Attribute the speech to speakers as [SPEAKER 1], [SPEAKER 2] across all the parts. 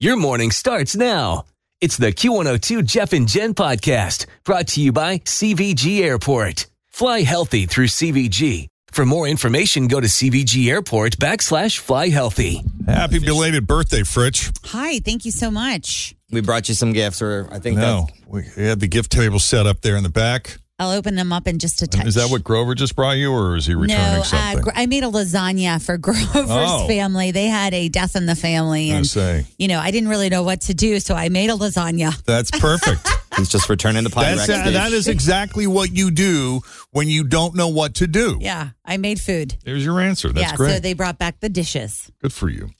[SPEAKER 1] Your morning starts now. It's the Q102 Jeff and Jen podcast brought to you by CVG Airport. Fly healthy through CVG. For more information, go to CVG Airport backslash fly healthy.
[SPEAKER 2] Happy belated birthday, Fritch.
[SPEAKER 3] Hi, thank you so much.
[SPEAKER 4] We brought you some gifts, or I think
[SPEAKER 2] No, we we had the gift table set up there in the back.
[SPEAKER 3] I'll open them up in just a touch.
[SPEAKER 2] Is that what Grover just brought you, or is he returning
[SPEAKER 3] no, uh,
[SPEAKER 2] something?
[SPEAKER 3] gr- I made a lasagna for Grover's
[SPEAKER 2] Oh.
[SPEAKER 3] family. They had a death in the family,
[SPEAKER 2] I
[SPEAKER 3] and
[SPEAKER 2] say
[SPEAKER 3] you know, I didn't really know what to do, so I made a lasagna.
[SPEAKER 2] that's perfect.
[SPEAKER 4] he's just returning the Pyrex
[SPEAKER 2] That's uh,
[SPEAKER 4] dish.
[SPEAKER 2] that is exactly what you do when you don't know what to do.
[SPEAKER 3] Yeah, I made food.
[SPEAKER 2] There's your answer. That's
[SPEAKER 3] yeah,
[SPEAKER 2] great.
[SPEAKER 3] so they brought back the dishes.
[SPEAKER 2] Good for you.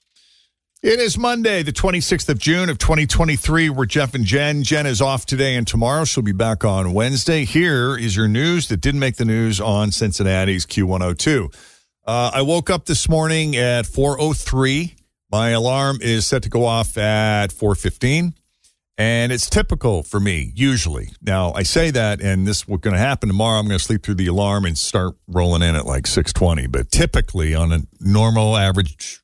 [SPEAKER 2] It is Monday, the 26th of June of 2023. We're Jeff and Jen. Jen is off today and tomorrow. She'll be back on Wednesday. Here is your news that didn't make the news on Cincinnati's Q102. Uh, I woke up this morning at 4.03. My alarm is set to go off at 4.15. And it's typical for me, usually. Now, I say that, and this what's going to happen tomorrow. I'm going to sleep through the alarm and start rolling in at like 6.20. But typically, on a normal average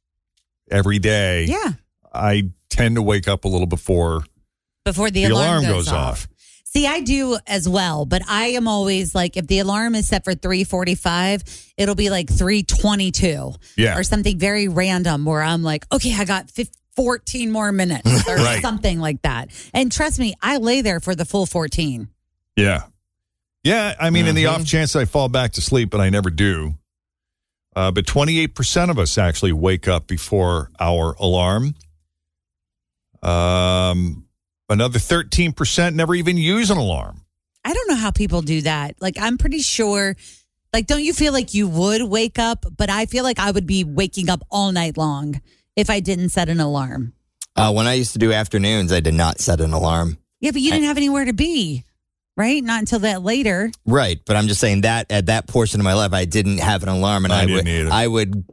[SPEAKER 2] every day,
[SPEAKER 3] Yeah,
[SPEAKER 2] I tend to wake up a little before
[SPEAKER 3] before the,
[SPEAKER 2] the
[SPEAKER 3] alarm, goes, off.
[SPEAKER 2] off.
[SPEAKER 3] See, I do as well, but I am always like, if the alarm is set for three forty-five, it'll be like three twenty-two,
[SPEAKER 2] Yeah.
[SPEAKER 3] or something very random where I'm like, okay, I got 15, 14 more minutes, or
[SPEAKER 2] Right.
[SPEAKER 3] something like that. And trust me, I lay there for the full fourteen.
[SPEAKER 2] Yeah. Yeah. I mean, in the off chance I fall back to sleep, but I never do. Uh, but 28% of us actually wake up before our alarm. Um, another 13% never even use an alarm.
[SPEAKER 3] I don't know how people do that. Like, I'm pretty sure. Like, don't you feel like you would wake up? But I feel like I would be waking up all night long if I didn't set an alarm.
[SPEAKER 4] uh, when I used to do afternoons, I did not set an alarm.
[SPEAKER 3] Yeah, but you didn't have anywhere to be, right? Not until that later.
[SPEAKER 4] Right, but I'm just saying that at that portion of my life, I didn't have an alarm, and
[SPEAKER 2] I
[SPEAKER 4] I,
[SPEAKER 2] didn't
[SPEAKER 4] would,
[SPEAKER 2] either.
[SPEAKER 4] I would,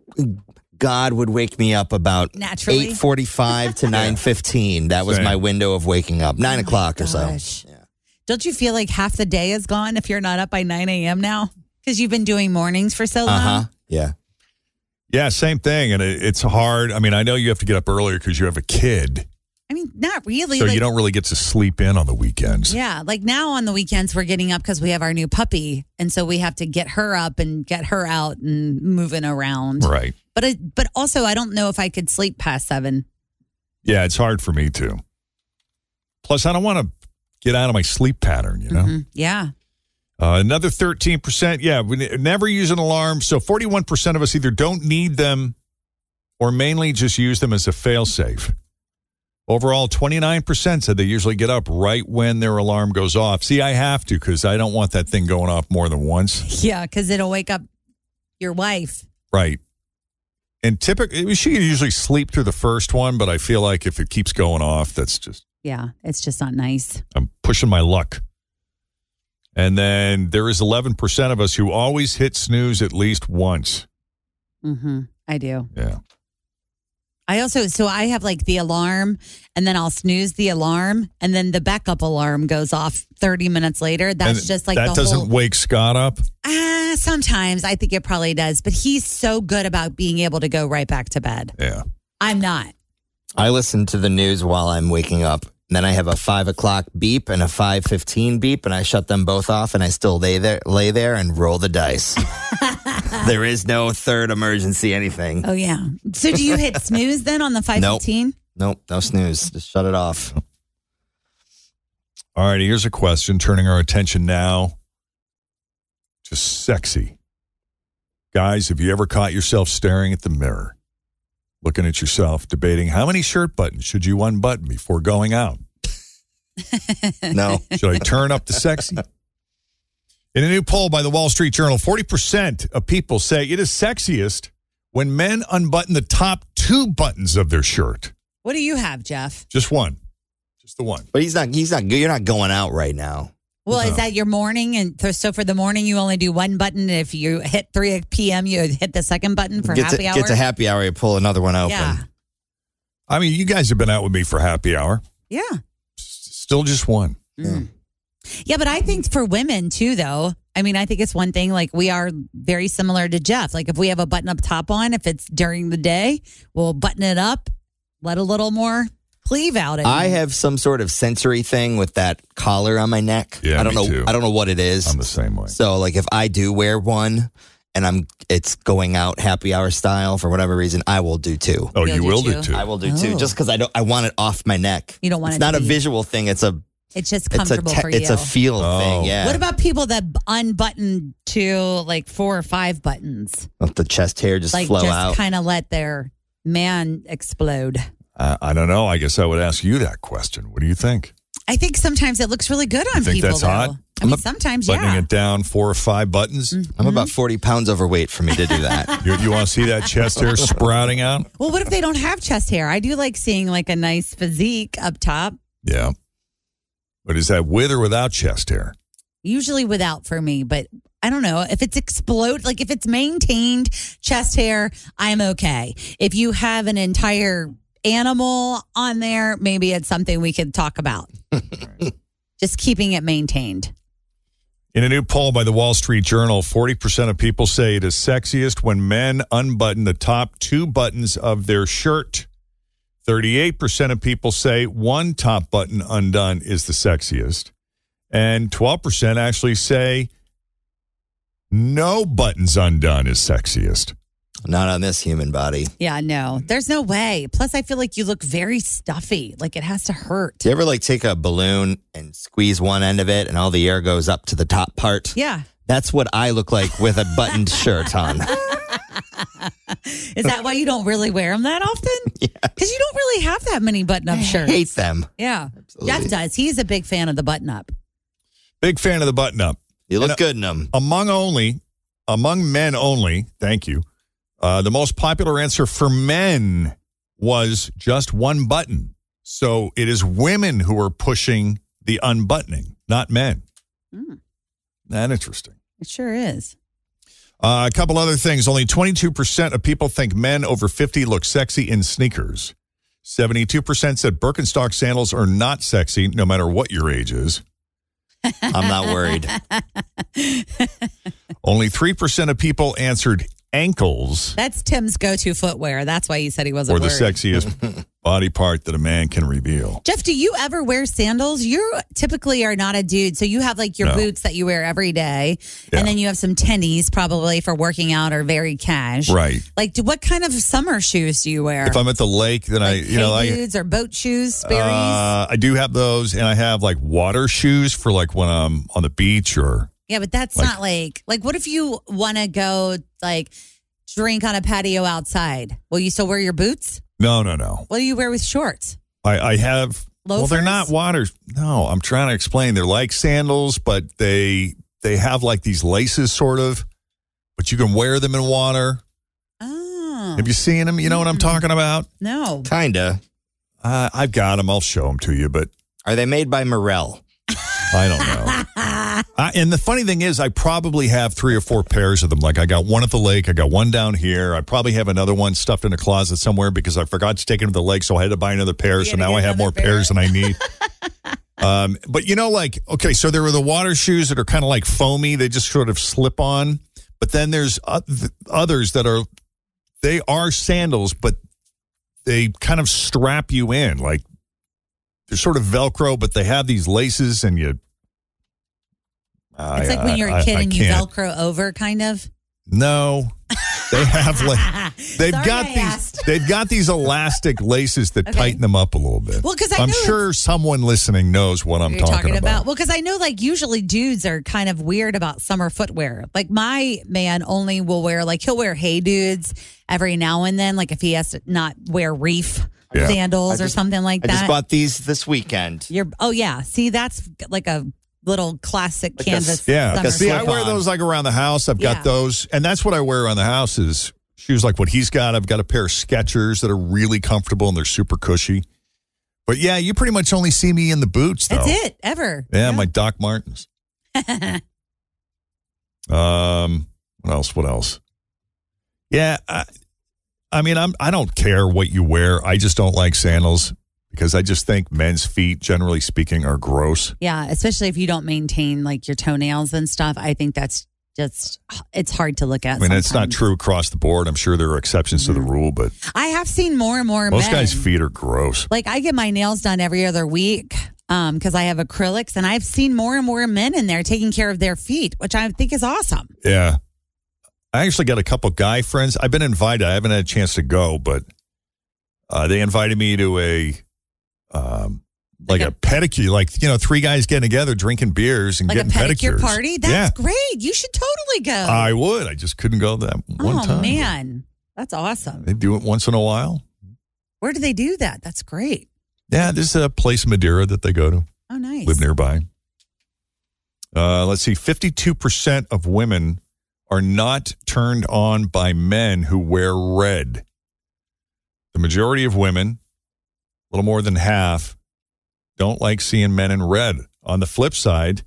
[SPEAKER 4] God would wake me up about
[SPEAKER 3] Naturally.
[SPEAKER 4] 8:45 to 9:15. That was
[SPEAKER 2] Same.
[SPEAKER 4] my window of waking up, nine o'clock or so.
[SPEAKER 3] Gosh. Don't you feel like half the day is gone if you're not up by 9 a.m. now? Because you've been doing mornings for so
[SPEAKER 4] Uh
[SPEAKER 2] Uh-huh.
[SPEAKER 3] long.
[SPEAKER 4] huh. Yeah.
[SPEAKER 2] Yeah. Same thing. And it, it's hard. I mean, I know you have to get up earlier because you have a kid.
[SPEAKER 3] I mean, not really.
[SPEAKER 2] So
[SPEAKER 3] like,
[SPEAKER 2] you don't really get to sleep in on the weekends.
[SPEAKER 3] yeah, like now on the weekends, we're getting up because we have our new puppy. And so we have to get her up and get her out and moving around.
[SPEAKER 2] Right.
[SPEAKER 3] But, I, but also, I don't know if I could sleep past seven.
[SPEAKER 2] Yeah, it's hard for me too. Plus, I don't want to get out of my sleep pattern, you know?
[SPEAKER 3] Mhm. Yeah.
[SPEAKER 2] Uh, another 13%. Yeah, we ne- never use an alarm. So 41% of us either don't need them or mainly just use them as a failsafe. Overall, 29% said they usually get up right when their alarm goes off. See, I have to because I don't want that thing going off more than once.
[SPEAKER 3] Yeah. Because it'll wake up your wife.
[SPEAKER 2] Right. And typically, she can usually sleep through the first one, but I feel like if it keeps going off, that's just
[SPEAKER 3] Yeah. It's just not nice.
[SPEAKER 2] I'm pushing my luck. And then there is 11% of us who always hit snooze at least once.
[SPEAKER 3] hmm I do.
[SPEAKER 2] Yeah.
[SPEAKER 3] I also so I have like the alarm and then I'll snooze the alarm and then the backup alarm goes off 30 minutes later. That's
[SPEAKER 2] And
[SPEAKER 3] just like
[SPEAKER 2] that
[SPEAKER 3] the
[SPEAKER 2] doesn't
[SPEAKER 3] whole
[SPEAKER 2] wake Scott up.
[SPEAKER 3] Ah, sometimes I think it probably does, but he's so good about being able to go right back to bed.
[SPEAKER 2] Yeah.
[SPEAKER 3] I'm not.
[SPEAKER 4] I listen to the news while I'm waking up. And then I have a five o'clock beep and a five fifteen beep, and I shut them both off, and I still lay there, lay there, and roll the dice. there is no third emergency anything.
[SPEAKER 3] Oh yeah. So do you hit snooze then on the 515?
[SPEAKER 4] Nope, no snooze. Just shut it off.
[SPEAKER 2] All right, here's a question turning our attention now to sexy. Guys, have you ever caught yourself staring at the mirror, looking at yourself, debating how many shirt buttons should you unbutton before going out?
[SPEAKER 4] No.
[SPEAKER 2] Should I turn up the sexy? In a new poll by the Wall Street Journal, 40% of people say it is sexiest when men unbutton the top two buttons of their shirt.
[SPEAKER 3] What do you have, Jeff?
[SPEAKER 2] Just one. Just the one.
[SPEAKER 4] But he's not. He's not. You're not going out right now.
[SPEAKER 3] Well,
[SPEAKER 2] No.
[SPEAKER 3] is that your morning? And th- so for the morning, you only do one button. And if you hit 3 p.m., you hit the second button for
[SPEAKER 4] get,
[SPEAKER 3] happy
[SPEAKER 4] to,
[SPEAKER 3] hour.
[SPEAKER 4] get to happy hour. You pull another one open.
[SPEAKER 3] Yeah.
[SPEAKER 2] I mean, you guys have been out with me for happy hour.
[SPEAKER 3] Yeah.
[SPEAKER 2] S- Still just one.
[SPEAKER 3] Yeah, but I think for women too, though. I mean, I think it's one thing. Like we are very similar to Jeff. Like if we have a button-up top on, if it's during the day, we'll button it up, let a little more cleave out. at
[SPEAKER 4] I
[SPEAKER 3] night.
[SPEAKER 4] have some sort of sensory thing with that collar on my neck.
[SPEAKER 2] Yeah,
[SPEAKER 4] I don't
[SPEAKER 2] me
[SPEAKER 4] know.
[SPEAKER 2] too.
[SPEAKER 4] I don't know what it is.
[SPEAKER 2] I'm the same way.
[SPEAKER 4] So like if I do wear one and I'm it's going out happy hour style for whatever reason, I will do two.
[SPEAKER 2] Oh,
[SPEAKER 3] You'll
[SPEAKER 2] you
[SPEAKER 3] do
[SPEAKER 2] will do
[SPEAKER 3] two.
[SPEAKER 2] two.
[SPEAKER 4] I will do two
[SPEAKER 3] Oh.
[SPEAKER 4] just cuz I don't I want it off my neck.
[SPEAKER 3] You don't want
[SPEAKER 4] It's
[SPEAKER 3] it
[SPEAKER 4] not
[SPEAKER 3] to
[SPEAKER 4] a
[SPEAKER 3] be-
[SPEAKER 4] visual thing, it's a
[SPEAKER 3] It's just
[SPEAKER 4] it's a
[SPEAKER 3] comfortable
[SPEAKER 4] te-
[SPEAKER 3] for you.
[SPEAKER 4] it's a feel
[SPEAKER 2] Oh.
[SPEAKER 4] thing. Yeah.
[SPEAKER 3] What about people that b- unbutton to like four or five buttons?
[SPEAKER 4] Let the chest hair just
[SPEAKER 3] Like
[SPEAKER 4] flow out?
[SPEAKER 3] just kind of let their man explode.
[SPEAKER 2] I, I don't know. I guess I would ask you that question. What do you think?
[SPEAKER 3] I think sometimes it looks really good on
[SPEAKER 2] think
[SPEAKER 3] people.
[SPEAKER 2] that's
[SPEAKER 3] though.
[SPEAKER 2] hot?
[SPEAKER 3] I mean, sometimes
[SPEAKER 2] Buttoning
[SPEAKER 3] yeah. Mm.
[SPEAKER 2] it down four or five buttons.
[SPEAKER 4] I'm about
[SPEAKER 3] mm-hmm.
[SPEAKER 4] 40 pounds overweight for me to do that.
[SPEAKER 2] You, you want to see that chest hair sprouting out?
[SPEAKER 3] Well, what if they don't have chest hair? I do like seeing like a nice physique up top,
[SPEAKER 2] Yeah. But is that with or without chest hair?
[SPEAKER 3] usually without for me, but I don't know if it's explode, like if it's maintained chest hair, I'm okay. If you have an entire animal on there, maybe it's something we could talk about. Just keeping it maintained.
[SPEAKER 2] In a new poll by the Wall Street Journal, 40% of people say it is sexiest when men unbutton the top two buttons of their shirt. 38% of people say one top button undone is the sexiest. And 12% actually say no buttons undone is sexiest.
[SPEAKER 4] Not on this human body.
[SPEAKER 3] Yeah, no, there's no way. Plus, I feel like you look very stuffy. Like it has to hurt.
[SPEAKER 4] Do you ever like take a balloon and squeeze one end of it and all the air goes up to the top part?
[SPEAKER 3] Yeah.
[SPEAKER 4] That's what I look like with a buttoned shirt on.
[SPEAKER 3] Is that why you don't really wear them that often? Because you don't really have that many button up shirts.
[SPEAKER 4] Hate them.
[SPEAKER 3] Yeah. Jeff does. He's a big fan of the button up.
[SPEAKER 2] Big fan of the button up.
[SPEAKER 4] You look
[SPEAKER 2] And, uh,
[SPEAKER 4] good in them.
[SPEAKER 2] among only among men only thank you uh, the most popular answer for men was just one button so it is women who are pushing the unbuttoning not men that interesting
[SPEAKER 3] Mm, It sure is.
[SPEAKER 2] uh, a couple other things. Only 22% of people think men over 50 look sexy in sneakers. 72% said Birkenstock sandals are not sexy, no matter what your age is.
[SPEAKER 4] I'm not worried.
[SPEAKER 2] Only 3% of people answered ankles
[SPEAKER 3] That's Tim's go to footwear. That's why he said he wasn't
[SPEAKER 2] or the
[SPEAKER 3] worried.
[SPEAKER 2] sexiest body part that a man can reveal.
[SPEAKER 3] Jeff, do you ever wear sandals? You typically are not a dude. So you have like your
[SPEAKER 2] No.
[SPEAKER 3] boots that you wear every day.
[SPEAKER 2] Yeah.
[SPEAKER 3] And then you have some tennies probably for working out or very cash.
[SPEAKER 2] Right.
[SPEAKER 3] Like, do, what kind of summer shoes do you wear?
[SPEAKER 2] If I'm at the lake, then I,
[SPEAKER 3] like
[SPEAKER 2] you know,
[SPEAKER 3] hay
[SPEAKER 2] I,
[SPEAKER 3] boots or boat shoes, Sperry's?
[SPEAKER 2] uh, I do have those, and I have like water shoes for like when I'm on the beach or
[SPEAKER 3] Yeah, but that's
[SPEAKER 2] Like-
[SPEAKER 3] not like like what if you want to go like drink on a patio outside? Will you still wear your boots?
[SPEAKER 2] no, no, no.
[SPEAKER 3] What do you wear with shorts?
[SPEAKER 2] I, I have. Well, they're
[SPEAKER 3] Loafers?
[SPEAKER 2] not water. No, I'm trying to explain. They're like sandals, but they they have like these laces, sort of. But you can wear them in water.
[SPEAKER 3] Oh Mm-hmm.
[SPEAKER 2] Have you seen them? You know what I'm talking about.
[SPEAKER 3] no,
[SPEAKER 4] Kinda.
[SPEAKER 2] Uh, I've got them. I'll show them to you, but
[SPEAKER 4] Are they made by Morel?
[SPEAKER 2] I don't know. I, and the funny thing is, I probably have three or four pairs of them. Like, I got one at the lake, I got one down here. I probably have another one stuffed in a closet somewhere because I forgot to take them to the lake, so I had to buy another pair. So
[SPEAKER 3] gotta
[SPEAKER 2] now
[SPEAKER 3] get
[SPEAKER 2] I have
[SPEAKER 3] another
[SPEAKER 2] more
[SPEAKER 3] pair.
[SPEAKER 2] pairs than I need. um, but you know, like, okay, so there were the water shoes that are kind of like foamy; they just sort of slip on. But then there's uh, th- others that are they are sandals, but they kind of strap you in, like they're sort of Velcro, but they have these laces, and you. I-
[SPEAKER 3] it's like when you're
[SPEAKER 2] I-
[SPEAKER 3] a kid
[SPEAKER 2] I- I
[SPEAKER 3] and you
[SPEAKER 2] can't.
[SPEAKER 3] velcro over, kind of.
[SPEAKER 2] No, they have like They've
[SPEAKER 3] Sorry
[SPEAKER 2] got
[SPEAKER 3] I
[SPEAKER 2] these.
[SPEAKER 3] asked.
[SPEAKER 2] They've got these elastic laces that tighten them up a little bit.
[SPEAKER 3] Well, 'cause I
[SPEAKER 2] am
[SPEAKER 3] know
[SPEAKER 2] sure someone listening knows what I'm
[SPEAKER 3] you're
[SPEAKER 2] talking, about.
[SPEAKER 3] Well, because I know like usually dudes are kind of weird about summer footwear. Like my man only will wear like he'll wear hey dudes every now and then, like if he has to not wear reef
[SPEAKER 2] Yeah.
[SPEAKER 3] sandals
[SPEAKER 4] I
[SPEAKER 3] or
[SPEAKER 4] just-
[SPEAKER 3] something like
[SPEAKER 4] I just
[SPEAKER 3] that.
[SPEAKER 4] bought these this weekend.
[SPEAKER 3] You're oh yeah. See, that's like a little classic
[SPEAKER 4] Like a
[SPEAKER 3] canvas.
[SPEAKER 4] s-
[SPEAKER 2] Yeah.
[SPEAKER 3] summer
[SPEAKER 2] See, I
[SPEAKER 4] slip-on.
[SPEAKER 2] wear those like around the house. I've
[SPEAKER 3] Yeah.
[SPEAKER 2] got those, and that's what I wear around the house is shoes like what he's got. I've got a pair of Skechers that are really comfortable and they're super cushy. But yeah, you pretty much only see me in the boots. Though.
[SPEAKER 3] That's it, ever.
[SPEAKER 2] Yeah, my Doc Martens. um, what else? What else? Yeah, I, I mean, I'm I don't care what you wear. I just don't like sandals because I just think men's feet, generally speaking, are gross.
[SPEAKER 3] Yeah, especially if you don't maintain like your toenails and stuff. I think that's just it's hard to look at.
[SPEAKER 2] I mean, that's not
[SPEAKER 3] sometimes. Mm-hmm.
[SPEAKER 2] true across the board. I'm sure there are exceptions to the rule, but
[SPEAKER 3] I have seen more and more
[SPEAKER 2] most
[SPEAKER 3] men.
[SPEAKER 2] guys' feet are gross.
[SPEAKER 3] Like I get my nails done every other week um because I have acrylics and I've seen more and more men in there taking care of their feet, which I think is awesome.
[SPEAKER 2] Yeah. I actually got a couple guy friends. I've been invited. I haven't had a chance to go, but uh, they invited me to a um like a pedicure, like you know, three guys getting together, drinking beers, and
[SPEAKER 3] Like a
[SPEAKER 2] getting
[SPEAKER 3] pedicure
[SPEAKER 2] pedicures.
[SPEAKER 3] party. That's
[SPEAKER 2] yeah,
[SPEAKER 3] great. You should totally go.
[SPEAKER 2] I would. I just couldn't go that one
[SPEAKER 3] oh
[SPEAKER 2] time.
[SPEAKER 3] man. That's awesome.
[SPEAKER 2] They do it once in a while.
[SPEAKER 3] Where do they do that? That's great.
[SPEAKER 2] Yeah, there's a place in Madeira that they go to.
[SPEAKER 3] Oh nice.
[SPEAKER 2] live nearby. Uh, let's see, 52% of women are not turned on by men who wear red. The majority of women, a little more than half, don't like seeing men in red. On the flip side,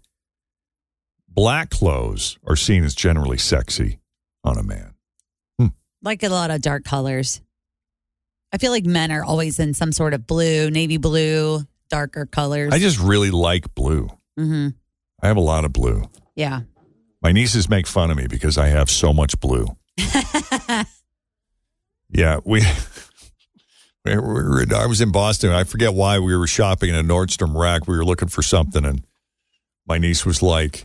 [SPEAKER 2] black clothes are seen as generally sexy on a man.
[SPEAKER 3] like a lot of dark colors. I feel like men are always in some sort of blue, navy blue, darker colors.
[SPEAKER 2] I just really like blue.
[SPEAKER 3] mm-hmm.
[SPEAKER 2] I have a lot of blue.
[SPEAKER 3] Yeah.
[SPEAKER 2] My nieces make fun of me because I have so much blue. Yeah, we. we were, I was in Boston. I forget why we were shopping in a Nordstrom rack. We were looking for something, and my niece was like,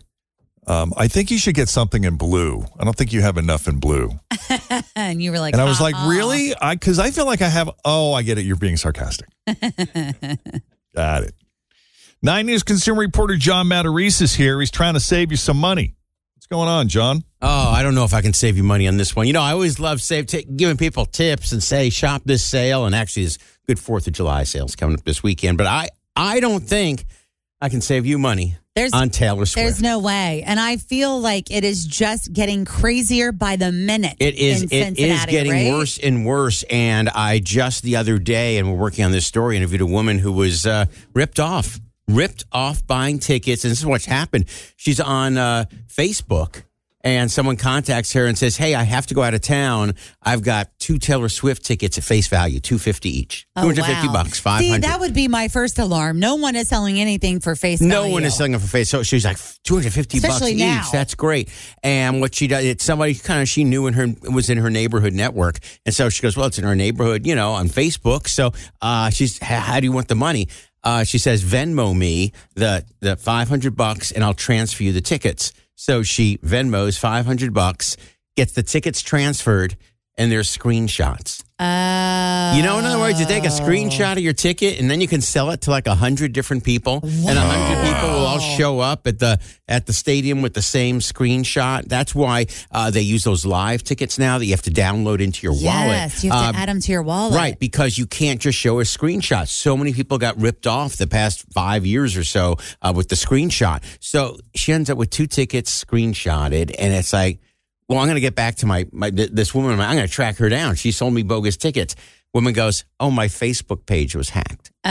[SPEAKER 2] um, "I think you should get something in blue. I don't think you have enough in blue."
[SPEAKER 3] and you were like,
[SPEAKER 2] and I was like,
[SPEAKER 3] "Uh-uh."
[SPEAKER 2] "Really? I because I feel like I have." Oh, I get it. You're being sarcastic. Got it. Nine News consumer reporter John Matarese is here. He's trying to save you some money. What's going on, John?
[SPEAKER 5] Oh, I don't know if I can save you money on this one. You know, I always love save t- giving people tips and say shop this sale. And actually, there's good Fourth of July sales coming up this weekend. But I, I don't think I can save you money
[SPEAKER 3] There's
[SPEAKER 5] on Taylor Swift.
[SPEAKER 3] There's no way. And I feel like it is just getting crazier by the minute.
[SPEAKER 5] It is.
[SPEAKER 3] in
[SPEAKER 5] It is
[SPEAKER 3] Cincinnati,
[SPEAKER 5] getting
[SPEAKER 3] right?
[SPEAKER 5] worse and worse. And I just the other day, and we're working on this story, interviewed a woman who was uh, ripped off, ripped off buying tickets. And this is what's happened. She's on uh, Facebook, and someone contacts her and says, "Hey, I have to go out of town. I've got two Taylor Swift tickets at face value, two fifty each,
[SPEAKER 3] Oh,
[SPEAKER 5] two hundred fifty
[SPEAKER 3] wow.
[SPEAKER 5] bucks, five
[SPEAKER 3] See,
[SPEAKER 5] hundred.
[SPEAKER 3] that would be my first alarm. No one is selling anything for face
[SPEAKER 5] No
[SPEAKER 3] value.
[SPEAKER 5] one is selling them for face. So she's like two hundred fifty bucks
[SPEAKER 3] Especially
[SPEAKER 5] each.
[SPEAKER 3] now.
[SPEAKER 5] That's great. And what she does, it's somebody kind of she knew in her was in her neighborhood network, and so she goes, well, it's in her neighborhood, you know, on Facebook. So uh, she's, "H- how do you want the money? Uh, she says, Venmo me the the five hundred bucks, and I'll transfer you the tickets. So she Venmos five hundred bucks, gets the tickets transferred, and there's screenshots.
[SPEAKER 3] Oh.
[SPEAKER 5] You know, in other words, you take a screenshot of your ticket and then you can sell it to like a hundred different people, and a hundred people will all show up at the at the stadium with the same screenshot. That's why uh, they use those live tickets now that you have to download into your wallet.
[SPEAKER 3] Yes, you have to
[SPEAKER 5] Uh,
[SPEAKER 3] add them to your wallet.
[SPEAKER 5] Right, because you can't just show a screenshot. So many people got ripped off the past five years or so uh, with the screenshot. So she ends up with two tickets screenshotted, and it's like, well, I'm going to get back to my, my th- this woman. I'm going to track her down. She sold me bogus tickets. Woman goes, oh, my Facebook page was hacked.
[SPEAKER 3] Oh,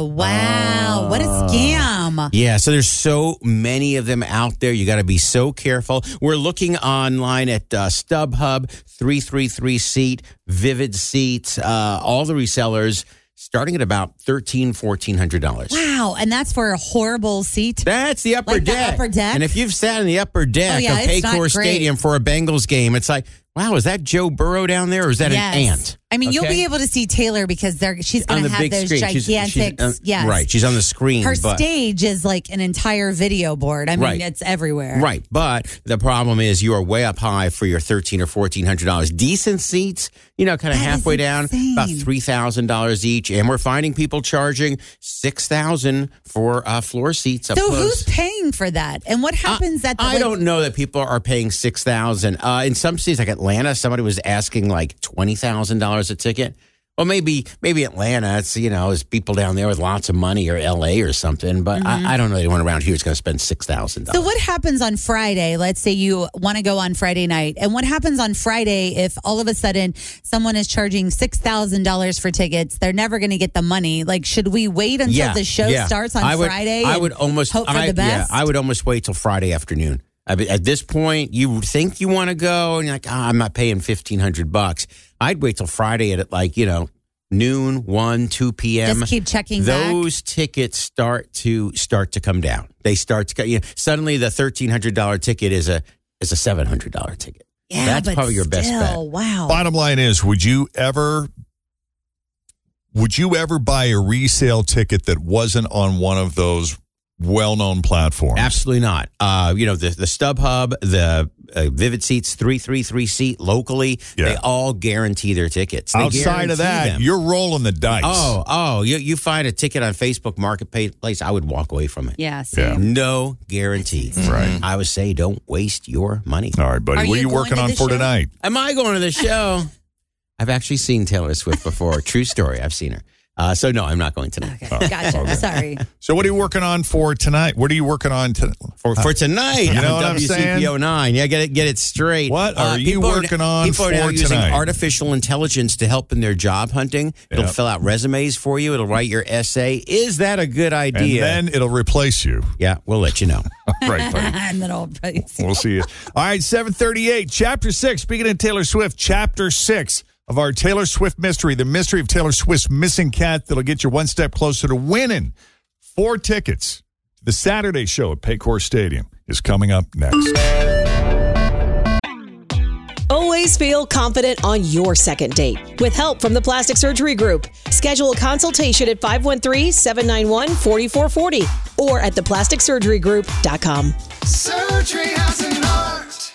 [SPEAKER 5] Oh.
[SPEAKER 3] wow. what a scam.
[SPEAKER 5] Yeah, so there's so many of them out there. You got to be so careful. We're looking online at uh, StubHub, 333 Seat, Vivid Seats, uh, all the resellers starting at about $1,300, $1,400.
[SPEAKER 3] Wow. And that's for a horrible seat.
[SPEAKER 5] That's the upper
[SPEAKER 3] Like the
[SPEAKER 5] deck.
[SPEAKER 3] upper deck?
[SPEAKER 5] And if you've sat in the upper deck
[SPEAKER 3] Oh, yeah,
[SPEAKER 5] of
[SPEAKER 3] it's not
[SPEAKER 5] Paycor
[SPEAKER 3] great.
[SPEAKER 5] Stadium for a Bengals game, it's like, wow, is that Joe Burrow down there or is that
[SPEAKER 3] Yes.
[SPEAKER 5] an ant?
[SPEAKER 3] I mean, you'll
[SPEAKER 5] Okay.
[SPEAKER 3] be able to see Taylor because they're she's going
[SPEAKER 5] on
[SPEAKER 3] to
[SPEAKER 5] the
[SPEAKER 3] have
[SPEAKER 5] big
[SPEAKER 3] those
[SPEAKER 5] screen. She's-
[SPEAKER 3] gigantic.
[SPEAKER 5] she's, uh,
[SPEAKER 3] yes,
[SPEAKER 5] Right. She's on the screen.
[SPEAKER 3] Her
[SPEAKER 5] but,
[SPEAKER 3] stage is like an entire video board. I mean,
[SPEAKER 5] Right.
[SPEAKER 3] it's everywhere.
[SPEAKER 5] Right, but the problem is you are way up high for your thirteen or fourteen hundred dollars. Decent seats, you know, kind of
[SPEAKER 3] That is
[SPEAKER 5] halfway down,
[SPEAKER 3] insane.
[SPEAKER 5] about three thousand dollars each, and we're finding people charging six thousand for uh, floor seats up
[SPEAKER 3] So
[SPEAKER 5] close.
[SPEAKER 3] who's paying for that? And what happens
[SPEAKER 5] I,
[SPEAKER 3] at the
[SPEAKER 5] I
[SPEAKER 3] like,
[SPEAKER 5] don't know that people are paying six thousand. Uh, in some cities, like Atlanta, somebody was asking like twenty thousand dollars a ticket. Well, maybe maybe Atlanta, it's you know, it's people down there with lots of money, or L.A. or something. But I, I don't know anyone around here is going to spend six thousand
[SPEAKER 3] Mm-hmm. So
[SPEAKER 5] dollars.
[SPEAKER 3] what happens on Friday? Let's say you want to go on Friday night, and what happens on Friday if all of a sudden someone is charging six thousand dollars for tickets? They're never going to get the money. Like, should we wait until the show
[SPEAKER 5] yeah.
[SPEAKER 3] starts on
[SPEAKER 5] I would,
[SPEAKER 3] Friday?
[SPEAKER 5] I
[SPEAKER 3] and
[SPEAKER 5] would almost
[SPEAKER 3] hope for
[SPEAKER 5] I,
[SPEAKER 3] the best.
[SPEAKER 5] Yeah, I would almost wait till Friday afternoon. I mean, at this point, you think you want to go, and you're like, ah, I'm not paying fifteen hundred bucks. I'd wait till Friday at like you know noon, one, two p.m.
[SPEAKER 3] just keep checking back.
[SPEAKER 5] those tickets start to start to come down. They start to go- you know, suddenly the thirteen hundred dollar ticket is a is a seven hundred dollar ticket.
[SPEAKER 3] Yeah,
[SPEAKER 5] that's
[SPEAKER 3] but
[SPEAKER 5] probably your
[SPEAKER 3] still,
[SPEAKER 5] best bet.
[SPEAKER 3] Wow.
[SPEAKER 2] Oh. Bottom line is, would you ever would you ever buy a resale ticket that wasn't on one of those well-known platforms?
[SPEAKER 5] Absolutely not. Uh, you know the the StubHub, the uh, Vivid Seats, three three three seat locally.
[SPEAKER 2] Yeah.
[SPEAKER 5] They all guarantee their tickets. They
[SPEAKER 2] Outside
[SPEAKER 5] guarantee
[SPEAKER 2] of that,
[SPEAKER 5] them.
[SPEAKER 2] you're rolling the dice.
[SPEAKER 5] oh oh you you find a ticket on Facebook Marketplace, I would walk away from it.
[SPEAKER 3] Yeah.
[SPEAKER 2] Yeah. Mm-hmm.
[SPEAKER 3] same.
[SPEAKER 5] No guarantee.
[SPEAKER 2] Right.
[SPEAKER 5] I would say don't waste your money.
[SPEAKER 2] All right, buddy.
[SPEAKER 3] Are
[SPEAKER 2] what are you
[SPEAKER 3] you going
[SPEAKER 2] working
[SPEAKER 3] to
[SPEAKER 2] on
[SPEAKER 3] the
[SPEAKER 2] for
[SPEAKER 3] show?
[SPEAKER 2] tonight?
[SPEAKER 5] Am I going to the show? I've actually seen Taylor Swift before. True story. I've seen her. Uh, so no, I'm not going tonight.
[SPEAKER 3] Okay. Gotcha. Sorry.
[SPEAKER 2] So, what are you working on for tonight? What are you working on to,
[SPEAKER 5] For, for tonight,
[SPEAKER 2] Uh, You know
[SPEAKER 5] on
[SPEAKER 2] what I'm saying?
[SPEAKER 5] WCPO nine. Yeah, get it, get it straight. Uh,
[SPEAKER 2] What are you
[SPEAKER 5] people now-
[SPEAKER 2] working on
[SPEAKER 5] People are now
[SPEAKER 2] for
[SPEAKER 5] using
[SPEAKER 2] tonight?
[SPEAKER 5] artificial intelligence to help in their job hunting. It'll
[SPEAKER 2] Yep.
[SPEAKER 5] fill out resumes for you. It'll write your essay. Is that a good
[SPEAKER 2] and
[SPEAKER 5] idea?
[SPEAKER 2] then it'll replace you.
[SPEAKER 5] yeah, we'll let you know.
[SPEAKER 2] right, buddy.
[SPEAKER 3] and then I'll probably see.
[SPEAKER 2] We'll see you. All right, 738, Chapter 6. Speaking of Taylor Swift, Chapter 6 of our Taylor Swift mystery, the mystery of Taylor Swift's missing cat that'll get you one step closer to winning four tickets. The Saturday show at Paycor Stadium is coming up next.
[SPEAKER 6] Always feel confident on your second date. With help from the Plastic Surgery Group, schedule a consultation at 513 791 4440 or at theplasticsurgerygroup.com.
[SPEAKER 7] Surgery has an art.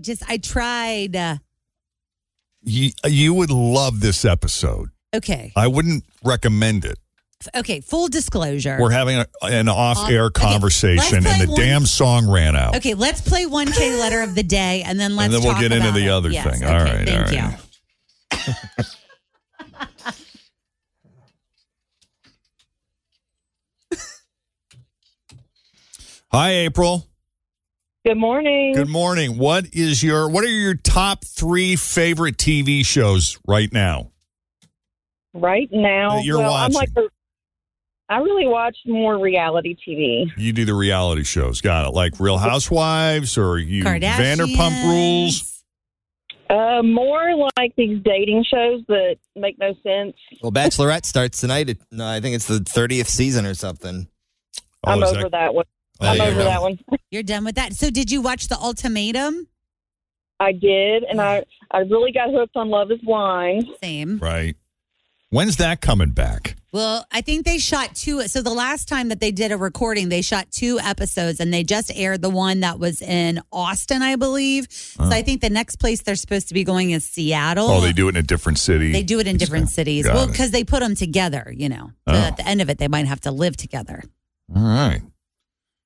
[SPEAKER 3] just, I tried. uh,
[SPEAKER 2] you, you would love this episode.
[SPEAKER 3] Okay.
[SPEAKER 2] I wouldn't recommend it.
[SPEAKER 3] F- Okay. Full disclosure.
[SPEAKER 2] We're having a, an off air
[SPEAKER 3] Off- okay,
[SPEAKER 2] conversation,
[SPEAKER 3] let's play
[SPEAKER 2] and the
[SPEAKER 3] one-
[SPEAKER 2] damn song ran out.
[SPEAKER 3] Okay, let's play 1K letter of the day and then let's
[SPEAKER 2] And then we'll
[SPEAKER 3] talk
[SPEAKER 2] get into
[SPEAKER 3] about
[SPEAKER 2] the
[SPEAKER 3] it.
[SPEAKER 2] other
[SPEAKER 3] Yes,
[SPEAKER 2] thing.
[SPEAKER 3] Okay,
[SPEAKER 2] All right,
[SPEAKER 3] Thank
[SPEAKER 2] all
[SPEAKER 3] you.
[SPEAKER 2] right. Hi, April.
[SPEAKER 8] Good morning.
[SPEAKER 2] Good morning. What is your what are your top three favorite TV shows right now?
[SPEAKER 8] Right now,
[SPEAKER 2] That you're
[SPEAKER 8] well, I'm
[SPEAKER 2] watching.
[SPEAKER 8] like, a- I really watch more reality TV.
[SPEAKER 2] You do the reality shows, got it? Like Real Housewives or you Vanderpump Rules?
[SPEAKER 8] Uh, more like these dating shows that make no sense.
[SPEAKER 4] Well, Bachelorette starts tonight. It, no, I think it's the 30th season or something.
[SPEAKER 2] Oh,
[SPEAKER 8] I'm
[SPEAKER 2] is
[SPEAKER 8] over that, one.
[SPEAKER 2] oh,
[SPEAKER 8] I'm
[SPEAKER 2] there you
[SPEAKER 8] over
[SPEAKER 2] go.
[SPEAKER 8] that one.
[SPEAKER 3] You're done with that. So did you watch The Ultimatum?
[SPEAKER 8] I did, and I I really got hooked on Love Is Blind.
[SPEAKER 3] Same.
[SPEAKER 2] Right. When's that coming back?
[SPEAKER 3] Well, I think they shot two. So the last time that they did a recording, they shot two episodes and they just aired the one that was in Austin, I believe. So I think the next place they're supposed to be going is Seattle.
[SPEAKER 2] Uh-huh. Oh, they do it in a different city.
[SPEAKER 3] They do it in different cities. Well,
[SPEAKER 2] it.
[SPEAKER 3] because they put them together, you know. So
[SPEAKER 2] Oh.
[SPEAKER 3] at the end of it, they might have to live together.
[SPEAKER 2] All right.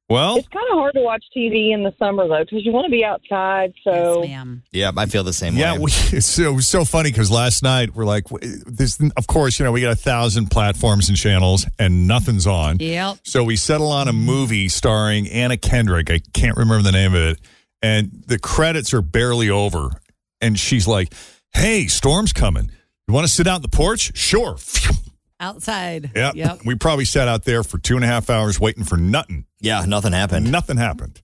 [SPEAKER 2] Well,
[SPEAKER 8] It's kind of hard to watch TV in the summer though, because you want to be outside. So
[SPEAKER 3] Yes, ma'am.
[SPEAKER 4] Yeah, I feel the same
[SPEAKER 2] Yeah,
[SPEAKER 4] way.
[SPEAKER 2] we, it's, it was so funny because last night we're like, w- this, of course, you know, we got a thousand platforms and channels and nothing's on.
[SPEAKER 3] Yep.
[SPEAKER 2] So we settle on a movie starring Anna Kendrick. I can't remember the name of it. And the credits are barely over. And she's like, Hey, storm's coming. You want to sit out on the porch? Sure.
[SPEAKER 3] Outside.
[SPEAKER 2] Yep.
[SPEAKER 3] Yep.
[SPEAKER 2] We probably sat out there for two and a half hours waiting for nothing.
[SPEAKER 4] Yeah, nothing happened.
[SPEAKER 2] Nothing happened.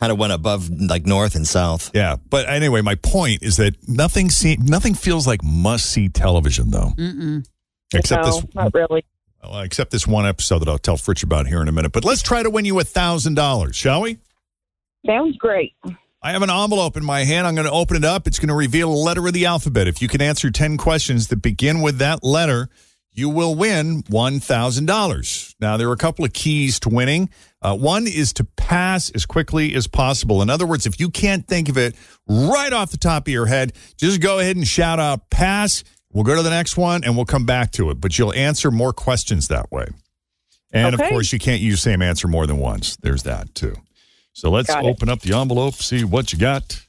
[SPEAKER 4] Kind of went above like north and south.
[SPEAKER 2] Yeah, but anyway, my point is that nothing see, nothing feels like must see television though,
[SPEAKER 3] Mm-mm.
[SPEAKER 2] except
[SPEAKER 8] no,
[SPEAKER 2] this
[SPEAKER 8] not really.
[SPEAKER 2] well, except this one episode that I'll tell Fritch about here in a minute. But let's try to win you a thousand dollars, shall we?
[SPEAKER 8] Sounds great.
[SPEAKER 2] I have an envelope in my hand. I'm going to open it up. It's going to reveal a letter of the alphabet. If you can answer ten questions that begin with that letter, you will win one thousand dollars. Now there are a couple of keys to winning. Uh, one is to pass as quickly as possible. In other words, if you can't think of it right off the top of your head, just go ahead and shout out pass. We'll go to the next one and we'll come back to it. But you'll answer more questions that way. And of
[SPEAKER 8] Okay.
[SPEAKER 2] course, you can't use same answer more than once. There's that too. So let's
[SPEAKER 8] Got it.
[SPEAKER 2] open up the envelope, see what you got.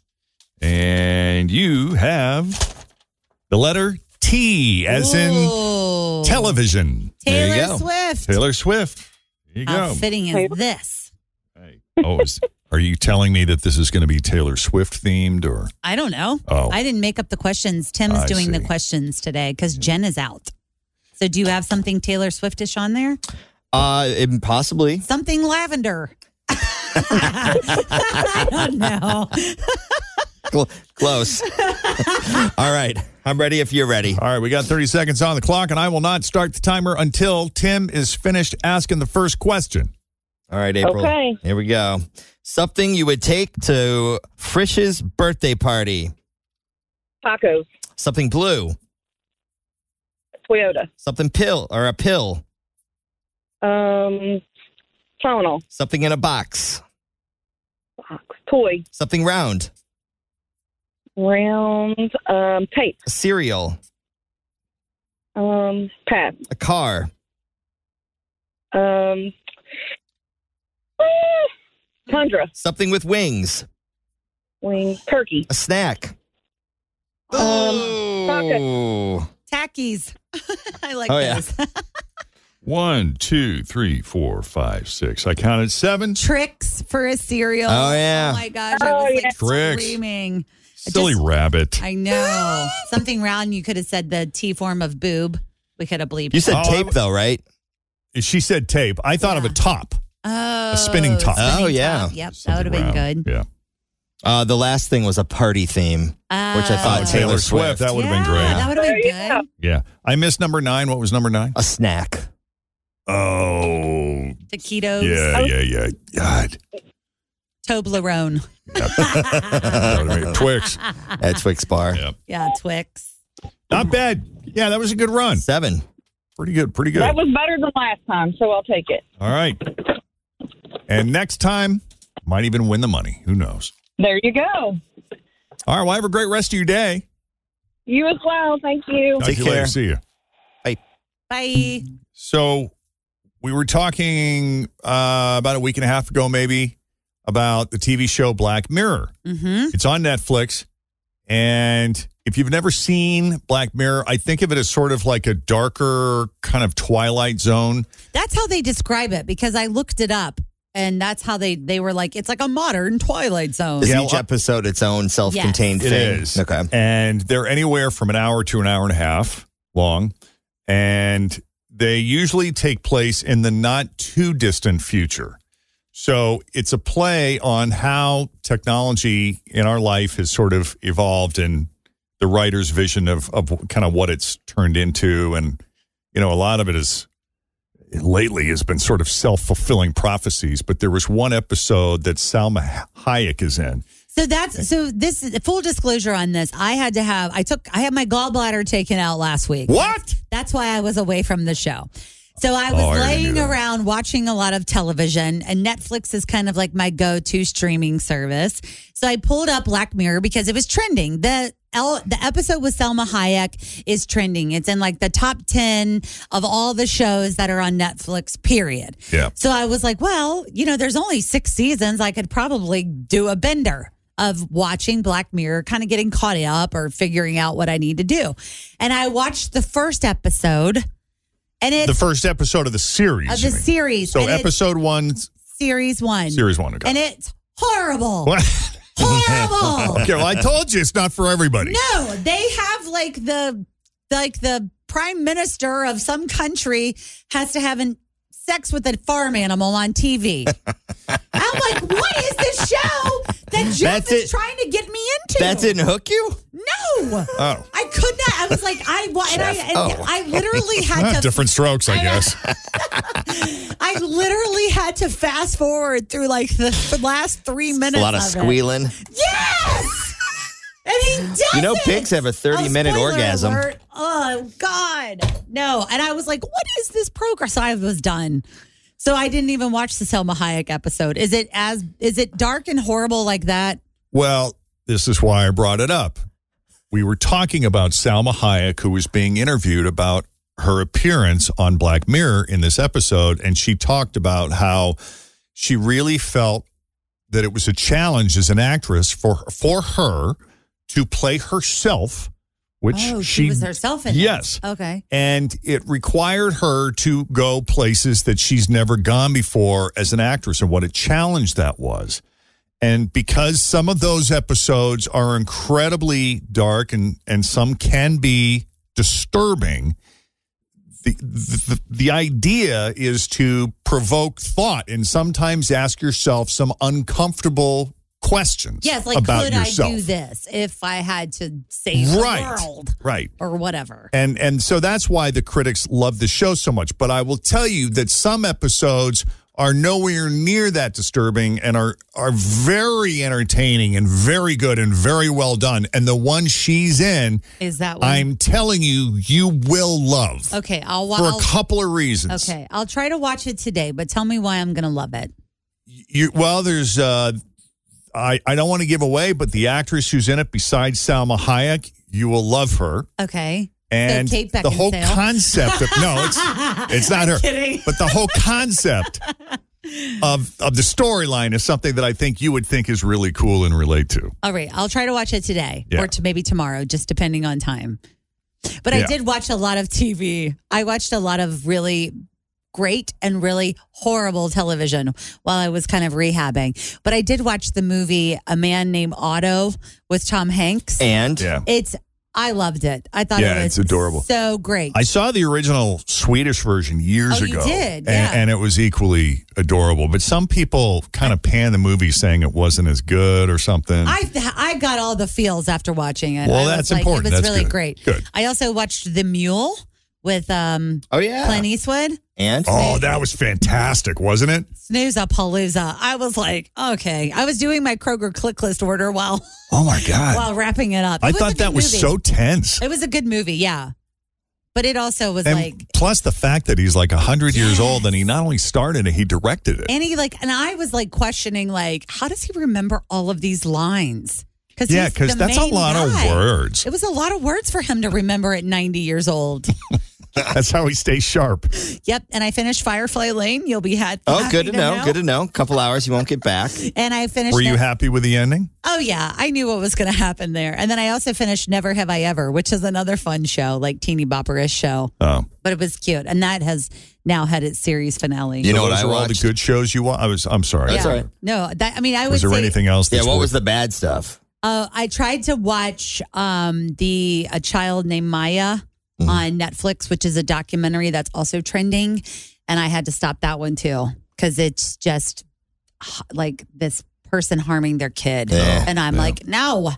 [SPEAKER 2] And you have the letter T, as in
[SPEAKER 3] Ooh.
[SPEAKER 2] television.
[SPEAKER 3] Taylor
[SPEAKER 2] there you go.
[SPEAKER 3] Swift.
[SPEAKER 2] Taylor Swift. There you
[SPEAKER 3] How
[SPEAKER 2] go.
[SPEAKER 3] fitting is this?
[SPEAKER 2] Hey. Oh, is, are you telling me that this is going to be Taylor Swift themed or?
[SPEAKER 3] I don't know.
[SPEAKER 2] Oh.
[SPEAKER 3] I didn't make up the questions. Tim's
[SPEAKER 2] I
[SPEAKER 3] doing the
[SPEAKER 2] see.
[SPEAKER 3] questions today because Jen is out. So do you have something Taylor Swiftish on there?
[SPEAKER 4] Uh, it- possibly.
[SPEAKER 3] Something lavender. I don't know.
[SPEAKER 4] Cl- close. All right. I'm ready if you're ready.
[SPEAKER 2] All right, we got 30 seconds on the clock, and I will not start the timer until Tim is finished asking the first question.
[SPEAKER 4] All right, April.
[SPEAKER 8] Okay.
[SPEAKER 4] Here we go. Something you would take to Frisch's birthday party.
[SPEAKER 8] Tacos,
[SPEAKER 4] Something blue.
[SPEAKER 8] Toyota,
[SPEAKER 4] Something pill or a pill.
[SPEAKER 8] um, Tylenol,
[SPEAKER 4] Something in a box.
[SPEAKER 8] box, toy,
[SPEAKER 4] Something round.
[SPEAKER 8] round, um, tape,
[SPEAKER 4] A cereal.
[SPEAKER 8] um, pad,
[SPEAKER 4] A car.
[SPEAKER 8] um, tundra,
[SPEAKER 4] Something with wings.
[SPEAKER 8] wing, turkey, Um,
[SPEAKER 4] A snack.
[SPEAKER 8] pocket.
[SPEAKER 4] oh.
[SPEAKER 3] Tackies. I like
[SPEAKER 4] Oh, yeah.
[SPEAKER 3] those.
[SPEAKER 2] One, two, three, four, five, six. I counted seven.
[SPEAKER 3] Tricks for a cereal.
[SPEAKER 4] Oh, yeah.
[SPEAKER 3] Oh my gosh. I was
[SPEAKER 8] Oh,
[SPEAKER 3] like
[SPEAKER 8] yeah.
[SPEAKER 2] Tricks.
[SPEAKER 3] screaming.
[SPEAKER 2] Silly
[SPEAKER 3] just-
[SPEAKER 2] rabbit.
[SPEAKER 3] I know. Something round. You could have said the T form of boob. We could have bleeped.
[SPEAKER 4] You said
[SPEAKER 2] Oh, I
[SPEAKER 4] tape,
[SPEAKER 2] w-
[SPEAKER 4] though, right?
[SPEAKER 2] she said tape. I thought of a top.
[SPEAKER 3] oh,
[SPEAKER 2] spinning top.
[SPEAKER 4] Oh, yeah.
[SPEAKER 3] Yep. That would have been
[SPEAKER 2] Something
[SPEAKER 3] good.
[SPEAKER 2] round.
[SPEAKER 4] Uh, the last thing was a party theme.
[SPEAKER 3] Uh,
[SPEAKER 4] Which I thought
[SPEAKER 2] Yeah.
[SPEAKER 4] Taylor
[SPEAKER 2] Taylor Swift.
[SPEAKER 4] Swift.
[SPEAKER 2] That would have been
[SPEAKER 3] Yeah,
[SPEAKER 2] great.
[SPEAKER 3] That would have been good.
[SPEAKER 2] Yeah.
[SPEAKER 8] Yeah.
[SPEAKER 2] I missed number nine. What was number nine?
[SPEAKER 4] A snack.
[SPEAKER 2] Oh,
[SPEAKER 3] Taquitos.
[SPEAKER 2] yeah, yeah, yeah. God.
[SPEAKER 3] Toblerone.
[SPEAKER 2] That would've been- Twix.
[SPEAKER 4] At Twix Bar.
[SPEAKER 2] Yeah.
[SPEAKER 3] Yeah, Twix.
[SPEAKER 2] Not bad. Yeah, that was a good run.
[SPEAKER 4] Seven.
[SPEAKER 2] Pretty good. Pretty good.
[SPEAKER 8] That was better than last time, so I'll take it.
[SPEAKER 2] All right. And next time, might even win the money. Who knows?
[SPEAKER 8] There you go.
[SPEAKER 2] All right. Well, have a great rest of your day.
[SPEAKER 8] You as well. Thank you.
[SPEAKER 2] Talk
[SPEAKER 4] Take
[SPEAKER 2] to you later.
[SPEAKER 4] care.
[SPEAKER 2] See you.
[SPEAKER 3] Bye.
[SPEAKER 2] So we were talking uh, about a week and a half ago, maybe, about the TV show Black Mirror.
[SPEAKER 3] Mm-hmm.
[SPEAKER 2] It's on Netflix. And if you've never seen Black Mirror, I think of it as sort of like a darker kind of Twilight Zone.
[SPEAKER 3] That's how they describe it because I looked it up and that's how they they were like it's like a modern Twilight Zone.
[SPEAKER 4] Is
[SPEAKER 2] Yeah,
[SPEAKER 4] each
[SPEAKER 2] well,
[SPEAKER 4] episode its own self-contained
[SPEAKER 2] It
[SPEAKER 4] thing?
[SPEAKER 2] is.
[SPEAKER 4] Okay.
[SPEAKER 2] And they're anywhere from an hour to an hour and a half long. And they usually take place in the not too distant future. So it's a play on how technology in our life has sort of evolved and the writer's vision of, of kind of what it's turned into. And, you know, a lot of it is lately has been sort of self fulfilling prophecies. But there was one episode that Salma Hayek is in.
[SPEAKER 3] So that's so this full disclosure on this. I had to have I took I had my gallbladder taken out last week.
[SPEAKER 2] What?
[SPEAKER 3] That's why I was away from the show. So I was
[SPEAKER 2] Oh, I already knew
[SPEAKER 3] laying
[SPEAKER 2] that.
[SPEAKER 3] around watching a lot of television, and Netflix is kind of like my go to streaming service. So I pulled up Black Mirror because it was trending. The El, the episode with Selma Hayek is trending. It's in like the top 10 of all the shows that are on Netflix, period.
[SPEAKER 2] Yeah.
[SPEAKER 3] So I was like, well, you know, there's only six seasons. I could probably do a bender of watching Black Mirror, kind of getting caught up or figuring out what I need to do. And I watched the first episode and it's
[SPEAKER 2] the first episode of the series.
[SPEAKER 3] of
[SPEAKER 2] you
[SPEAKER 3] the
[SPEAKER 2] mean.
[SPEAKER 3] series.
[SPEAKER 2] So
[SPEAKER 3] and it's
[SPEAKER 2] episode one,
[SPEAKER 3] series one.
[SPEAKER 2] series one. Okay.
[SPEAKER 3] And it's horrible.
[SPEAKER 2] What?
[SPEAKER 3] Horrible.
[SPEAKER 2] Okay, well, I told you it's not for everybody.
[SPEAKER 3] No, they have like the like the prime minister of some country has to have an sex with a farm animal on TV. I'm like, what is this show that Jeff
[SPEAKER 4] That's
[SPEAKER 3] is
[SPEAKER 4] it.
[SPEAKER 3] trying to get me into?
[SPEAKER 4] That didn't hook you?
[SPEAKER 3] No.
[SPEAKER 2] Oh.
[SPEAKER 3] I could not. I was like, I wa- and I and
[SPEAKER 4] oh.
[SPEAKER 3] I literally
[SPEAKER 2] Ah,
[SPEAKER 3] had to
[SPEAKER 2] different strokes, I guess.
[SPEAKER 3] I literally had to fast forward through like the f- last three minutes.
[SPEAKER 4] A lot of
[SPEAKER 3] it.
[SPEAKER 4] squealing.
[SPEAKER 3] Yes. And he does.
[SPEAKER 4] You know,
[SPEAKER 3] it!
[SPEAKER 4] pigs have a 30 minute
[SPEAKER 3] spoiler
[SPEAKER 4] orgasm.
[SPEAKER 3] alert. Oh God, no! And I was like, "What is this progress?" I was done. So I didn't even watch the Selma Hayek episode. Is it as is it dark and horrible like that?
[SPEAKER 2] Well, this is why I brought it up. We were talking about Salma Hayek, who was being interviewed about her appearance on Black Mirror in this episode. And she talked about how she really felt that it was a challenge as an actress for, for her to play herself, which
[SPEAKER 3] oh, she,
[SPEAKER 2] she
[SPEAKER 3] was herself in. it.
[SPEAKER 2] Yes.
[SPEAKER 3] Okay.
[SPEAKER 2] and it required her to go places that she's never gone before as an actress and what a challenge that was and because some of those episodes are incredibly dark and and some can be disturbing the, the, the idea is to provoke thought and sometimes ask yourself some uncomfortable questions
[SPEAKER 3] Yes. Like,
[SPEAKER 2] about
[SPEAKER 3] could
[SPEAKER 2] yourself
[SPEAKER 3] I do this if I had to save
[SPEAKER 2] Right.
[SPEAKER 3] the world
[SPEAKER 2] right
[SPEAKER 3] or whatever?
[SPEAKER 2] and and so that's why the critics love the show so much but i will tell you that some episodes are nowhere near that disturbing and are are very entertaining and very good and very well done and the one she's in
[SPEAKER 3] Is that one?
[SPEAKER 2] i'm telling you you will love
[SPEAKER 3] okay? I'll
[SPEAKER 2] for a
[SPEAKER 3] watch.
[SPEAKER 2] couple of reasons
[SPEAKER 3] Okay, I'll try to watch it today, but tell me why I'm going to love it.
[SPEAKER 2] you, well there's uh i i don't want to give away but the actress who's in it besides salma hayek you will love her
[SPEAKER 3] Okay.
[SPEAKER 2] and
[SPEAKER 3] Kate
[SPEAKER 2] the whole
[SPEAKER 3] Beckinsale.
[SPEAKER 2] concept of no it's It's not her.
[SPEAKER 3] kidding.
[SPEAKER 2] But the whole concept of of the storyline is something that I think you would think is really cool and relate to.
[SPEAKER 3] All right, I'll try to watch it today
[SPEAKER 2] Yeah.
[SPEAKER 3] or to maybe tomorrow, just depending on time. But I
[SPEAKER 2] Yeah.
[SPEAKER 3] did watch a lot of TV. I watched a lot of really great and really horrible television while I was kind of rehabbing. But I did watch the movie A Man Named Otto with Tom Hanks.
[SPEAKER 4] And
[SPEAKER 3] It's I loved it. I thought
[SPEAKER 2] Yeah,
[SPEAKER 3] it
[SPEAKER 2] it's
[SPEAKER 3] was
[SPEAKER 2] adorable.
[SPEAKER 3] So great.
[SPEAKER 2] I saw the original Swedish version years
[SPEAKER 3] Oh, you
[SPEAKER 2] ago. and,
[SPEAKER 3] did, yeah.
[SPEAKER 2] and it was equally adorable. But some people kind of pan the movie saying it wasn't as good or something.
[SPEAKER 3] I I got all the feels after watching it.
[SPEAKER 2] Well,
[SPEAKER 3] I was
[SPEAKER 2] that's
[SPEAKER 3] like,
[SPEAKER 2] important.
[SPEAKER 3] It was
[SPEAKER 2] That's
[SPEAKER 3] really
[SPEAKER 2] good.
[SPEAKER 3] great.
[SPEAKER 2] Good.
[SPEAKER 3] I also watched The Mule with um
[SPEAKER 4] oh yeah.
[SPEAKER 3] Clint Eastwood.
[SPEAKER 4] And
[SPEAKER 2] oh, that was fantastic, wasn't it?
[SPEAKER 3] Snooze a palooza. I was like, okay. I was doing my Kroger click list order while
[SPEAKER 2] Oh my god.
[SPEAKER 3] while wrapping it up.
[SPEAKER 2] I
[SPEAKER 3] It a
[SPEAKER 2] thought
[SPEAKER 3] good
[SPEAKER 2] that was
[SPEAKER 3] movie.
[SPEAKER 2] so tense.
[SPEAKER 3] It was a good movie, yeah. But it also was
[SPEAKER 2] And
[SPEAKER 3] like
[SPEAKER 2] plus the fact that he's like 100 years old and he not only started it, he directed it.
[SPEAKER 3] and he like and I was like questioning like how does he remember all of these lines? Because
[SPEAKER 2] yeah, because that's a lot of words.
[SPEAKER 3] It was a lot of words for him to remember at 90 years old.
[SPEAKER 2] That's how he stays sharp.
[SPEAKER 3] Yep, and I finished Firefly Lane. You'll be happy.
[SPEAKER 4] Oh, good to know, Good
[SPEAKER 3] know.
[SPEAKER 4] to know. Couple hours, you won't get back.
[SPEAKER 3] And I finished.
[SPEAKER 2] Were you
[SPEAKER 3] Ne-
[SPEAKER 2] happy with the ending?
[SPEAKER 3] oh yeah, I knew what was going to happen there. And then I also finished Never Have I Ever, which is another fun show, like teeny bopperish show,
[SPEAKER 2] Oh,
[SPEAKER 3] but it was cute. And that has now had its series finale.
[SPEAKER 4] You know what
[SPEAKER 2] those
[SPEAKER 4] I
[SPEAKER 2] are all the
[SPEAKER 4] watched?
[SPEAKER 2] good shows you want. I was. I'm sorry.
[SPEAKER 4] That's
[SPEAKER 3] Yeah.
[SPEAKER 4] all right.
[SPEAKER 3] No, that I mean I would
[SPEAKER 2] Was there
[SPEAKER 3] say,
[SPEAKER 2] anything else?
[SPEAKER 4] Yeah.
[SPEAKER 2] that's
[SPEAKER 4] What
[SPEAKER 2] worth-
[SPEAKER 4] was the bad stuff?
[SPEAKER 3] Uh, I tried to watch um, the A Child Named Maya
[SPEAKER 4] Mm-hmm.
[SPEAKER 3] on Netflix, which is a documentary that's also trending, and I had to stop that one too because it's just h- like this person harming their kid,
[SPEAKER 4] Yeah,
[SPEAKER 3] and I'm
[SPEAKER 2] yeah.
[SPEAKER 3] like, no,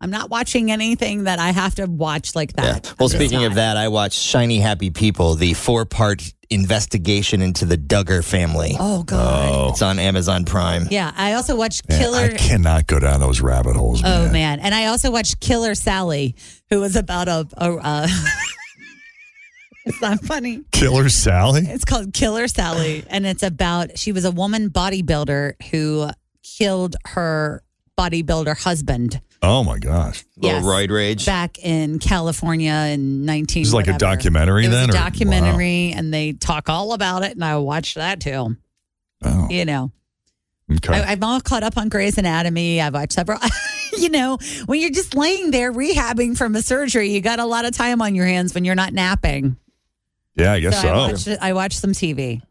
[SPEAKER 3] I'm not watching anything that I have to watch like
[SPEAKER 4] Yeah.
[SPEAKER 3] that.
[SPEAKER 4] Well,
[SPEAKER 3] I'm
[SPEAKER 4] speaking
[SPEAKER 3] just
[SPEAKER 4] of
[SPEAKER 3] not.
[SPEAKER 4] that, I watched Shiny Happy People, the four part investigation into the Duggar family.
[SPEAKER 3] oh god,
[SPEAKER 2] Oh,
[SPEAKER 4] It's on Amazon Prime.
[SPEAKER 3] yeah. I also watched
[SPEAKER 2] man,
[SPEAKER 3] Killer.
[SPEAKER 2] I cannot go down those rabbit holes,
[SPEAKER 3] Oh
[SPEAKER 2] man.
[SPEAKER 3] man! And I also watched Killer Sally, who was about a. a uh, it's not funny.
[SPEAKER 2] Killer Sally.
[SPEAKER 3] It's called Killer Sally, and it's about she was a woman bodybuilder who killed her bodybuilder husband
[SPEAKER 2] Oh my gosh.
[SPEAKER 4] Little
[SPEAKER 3] Yes.
[SPEAKER 4] roid rage.
[SPEAKER 3] back in California in nineteen.
[SPEAKER 2] It was like a
[SPEAKER 3] whatever.
[SPEAKER 2] documentary
[SPEAKER 3] It was
[SPEAKER 2] then,
[SPEAKER 3] a
[SPEAKER 2] or-
[SPEAKER 3] documentary, and they talk all about it, and I watched that too.
[SPEAKER 2] Oh,
[SPEAKER 3] You know,
[SPEAKER 2] okay.
[SPEAKER 3] I, I'm all caught up on Grey's Anatomy. I've watched several. you know, when you're just laying there rehabbing from a surgery, you got a lot of time on your hands when you're not napping.
[SPEAKER 2] yeah, I guess
[SPEAKER 3] I
[SPEAKER 2] so.
[SPEAKER 3] watched, I watched some TV.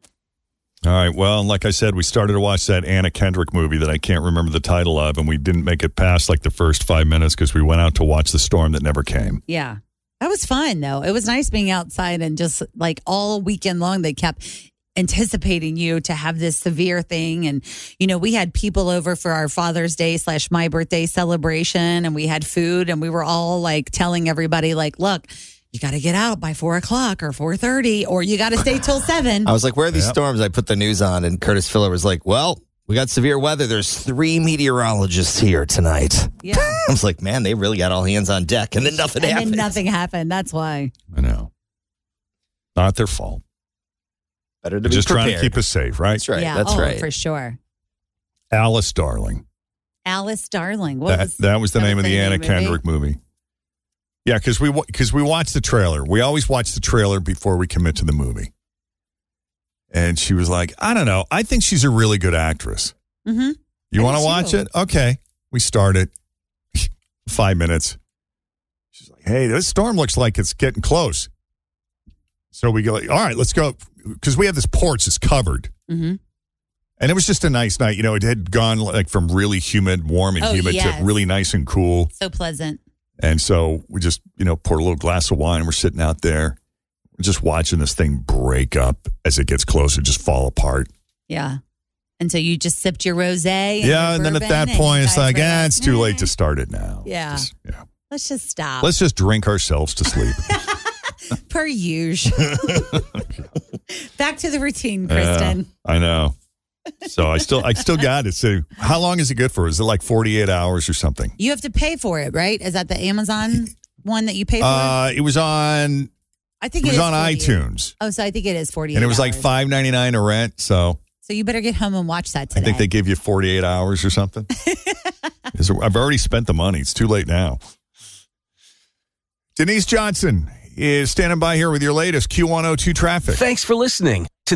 [SPEAKER 2] All right. Well, and like I said, we started to watch that Anna Kendrick movie that I can't remember the title of, and we didn't make it past like the first five minutes because we went out to watch the storm that never came.
[SPEAKER 3] Yeah. That was fun though. It was nice being outside and just like all weekend long they kept anticipating you to have this severe thing. And, you know, we had people over for our Father's Day slash my birthday celebration and we had food and we were all like telling everybody like, look, you gotta get out by four o'clock or four thirty or you gotta stay till seven.
[SPEAKER 4] I was like, where are these
[SPEAKER 2] Yep.
[SPEAKER 4] storms? I put the news on, and Curtis Philler was like, well, we got severe weather. There's three meteorologists here tonight.
[SPEAKER 3] Yeah.
[SPEAKER 4] I was like, man, they really got all hands on deck, and then nothing
[SPEAKER 3] and
[SPEAKER 4] happened.
[SPEAKER 3] then nothing happened. That's why.
[SPEAKER 2] I know. Not their fault.
[SPEAKER 4] Better to
[SPEAKER 2] They're
[SPEAKER 4] be
[SPEAKER 2] just
[SPEAKER 4] prepared.
[SPEAKER 2] trying to keep us safe, right?
[SPEAKER 4] That's right.
[SPEAKER 3] yeah,
[SPEAKER 4] That's
[SPEAKER 3] oh,
[SPEAKER 4] right.
[SPEAKER 3] for sure.
[SPEAKER 2] Alice Darling.
[SPEAKER 3] Alice Darling. What
[SPEAKER 2] That, that was the name of the Anna
[SPEAKER 3] movie?
[SPEAKER 2] Kendrick movie. Yeah, because we because we watched the trailer. We always watch the trailer before we commit to the movie. And she was like, "I don't know. I think she's a really good actress.
[SPEAKER 3] Mm-hmm.
[SPEAKER 2] You
[SPEAKER 3] I
[SPEAKER 2] want
[SPEAKER 3] do
[SPEAKER 2] to
[SPEAKER 3] too.
[SPEAKER 2] watch it? Okay." We start it. Five minutes. She's like, "Hey, this storm looks like it's getting close." So we go, "All right, let's go," because we have this porch that's covered.
[SPEAKER 3] Mm-hmm.
[SPEAKER 2] And it was just a nice night. You know, it had gone like from really humid, warm and
[SPEAKER 3] Oh,
[SPEAKER 2] humid
[SPEAKER 3] yes.
[SPEAKER 2] to really nice and cool.
[SPEAKER 3] So pleasant.
[SPEAKER 2] And so we just, you know, poured a little glass of wine. We're sitting out there, we're just watching this thing break up as it gets closer, just fall apart.
[SPEAKER 3] Yeah. And so you just sipped your rose.
[SPEAKER 2] yeah. And then at that point, it's like, ah, it's too late to start it now.
[SPEAKER 3] Yeah.
[SPEAKER 2] Just- yeah.
[SPEAKER 3] "Mm, Let's just stop.
[SPEAKER 2] Let's just drink ourselves to sleep.
[SPEAKER 3] per usual. Back to the routine, Kristen.
[SPEAKER 2] I know. So I still, I still got it. So how long is it good for? Is it like 48 hours or something?
[SPEAKER 3] You have to pay for it, right? Is that the Amazon one that you pay for?
[SPEAKER 2] Uh, it was on,
[SPEAKER 3] I
[SPEAKER 2] it
[SPEAKER 3] think
[SPEAKER 2] was
[SPEAKER 3] is
[SPEAKER 2] on
[SPEAKER 3] 48.
[SPEAKER 2] iTunes
[SPEAKER 3] Oh, so I think it is forty.
[SPEAKER 2] and it was like five ninety nine to rent. So
[SPEAKER 3] So you better get home and watch that
[SPEAKER 2] I
[SPEAKER 3] today.
[SPEAKER 2] think they give you 48 hours or something. Is it- I've already spent the money. It's too late now. Denise Johnson is standing by here with your latest Q102 traffic.
[SPEAKER 1] Thanks for listening to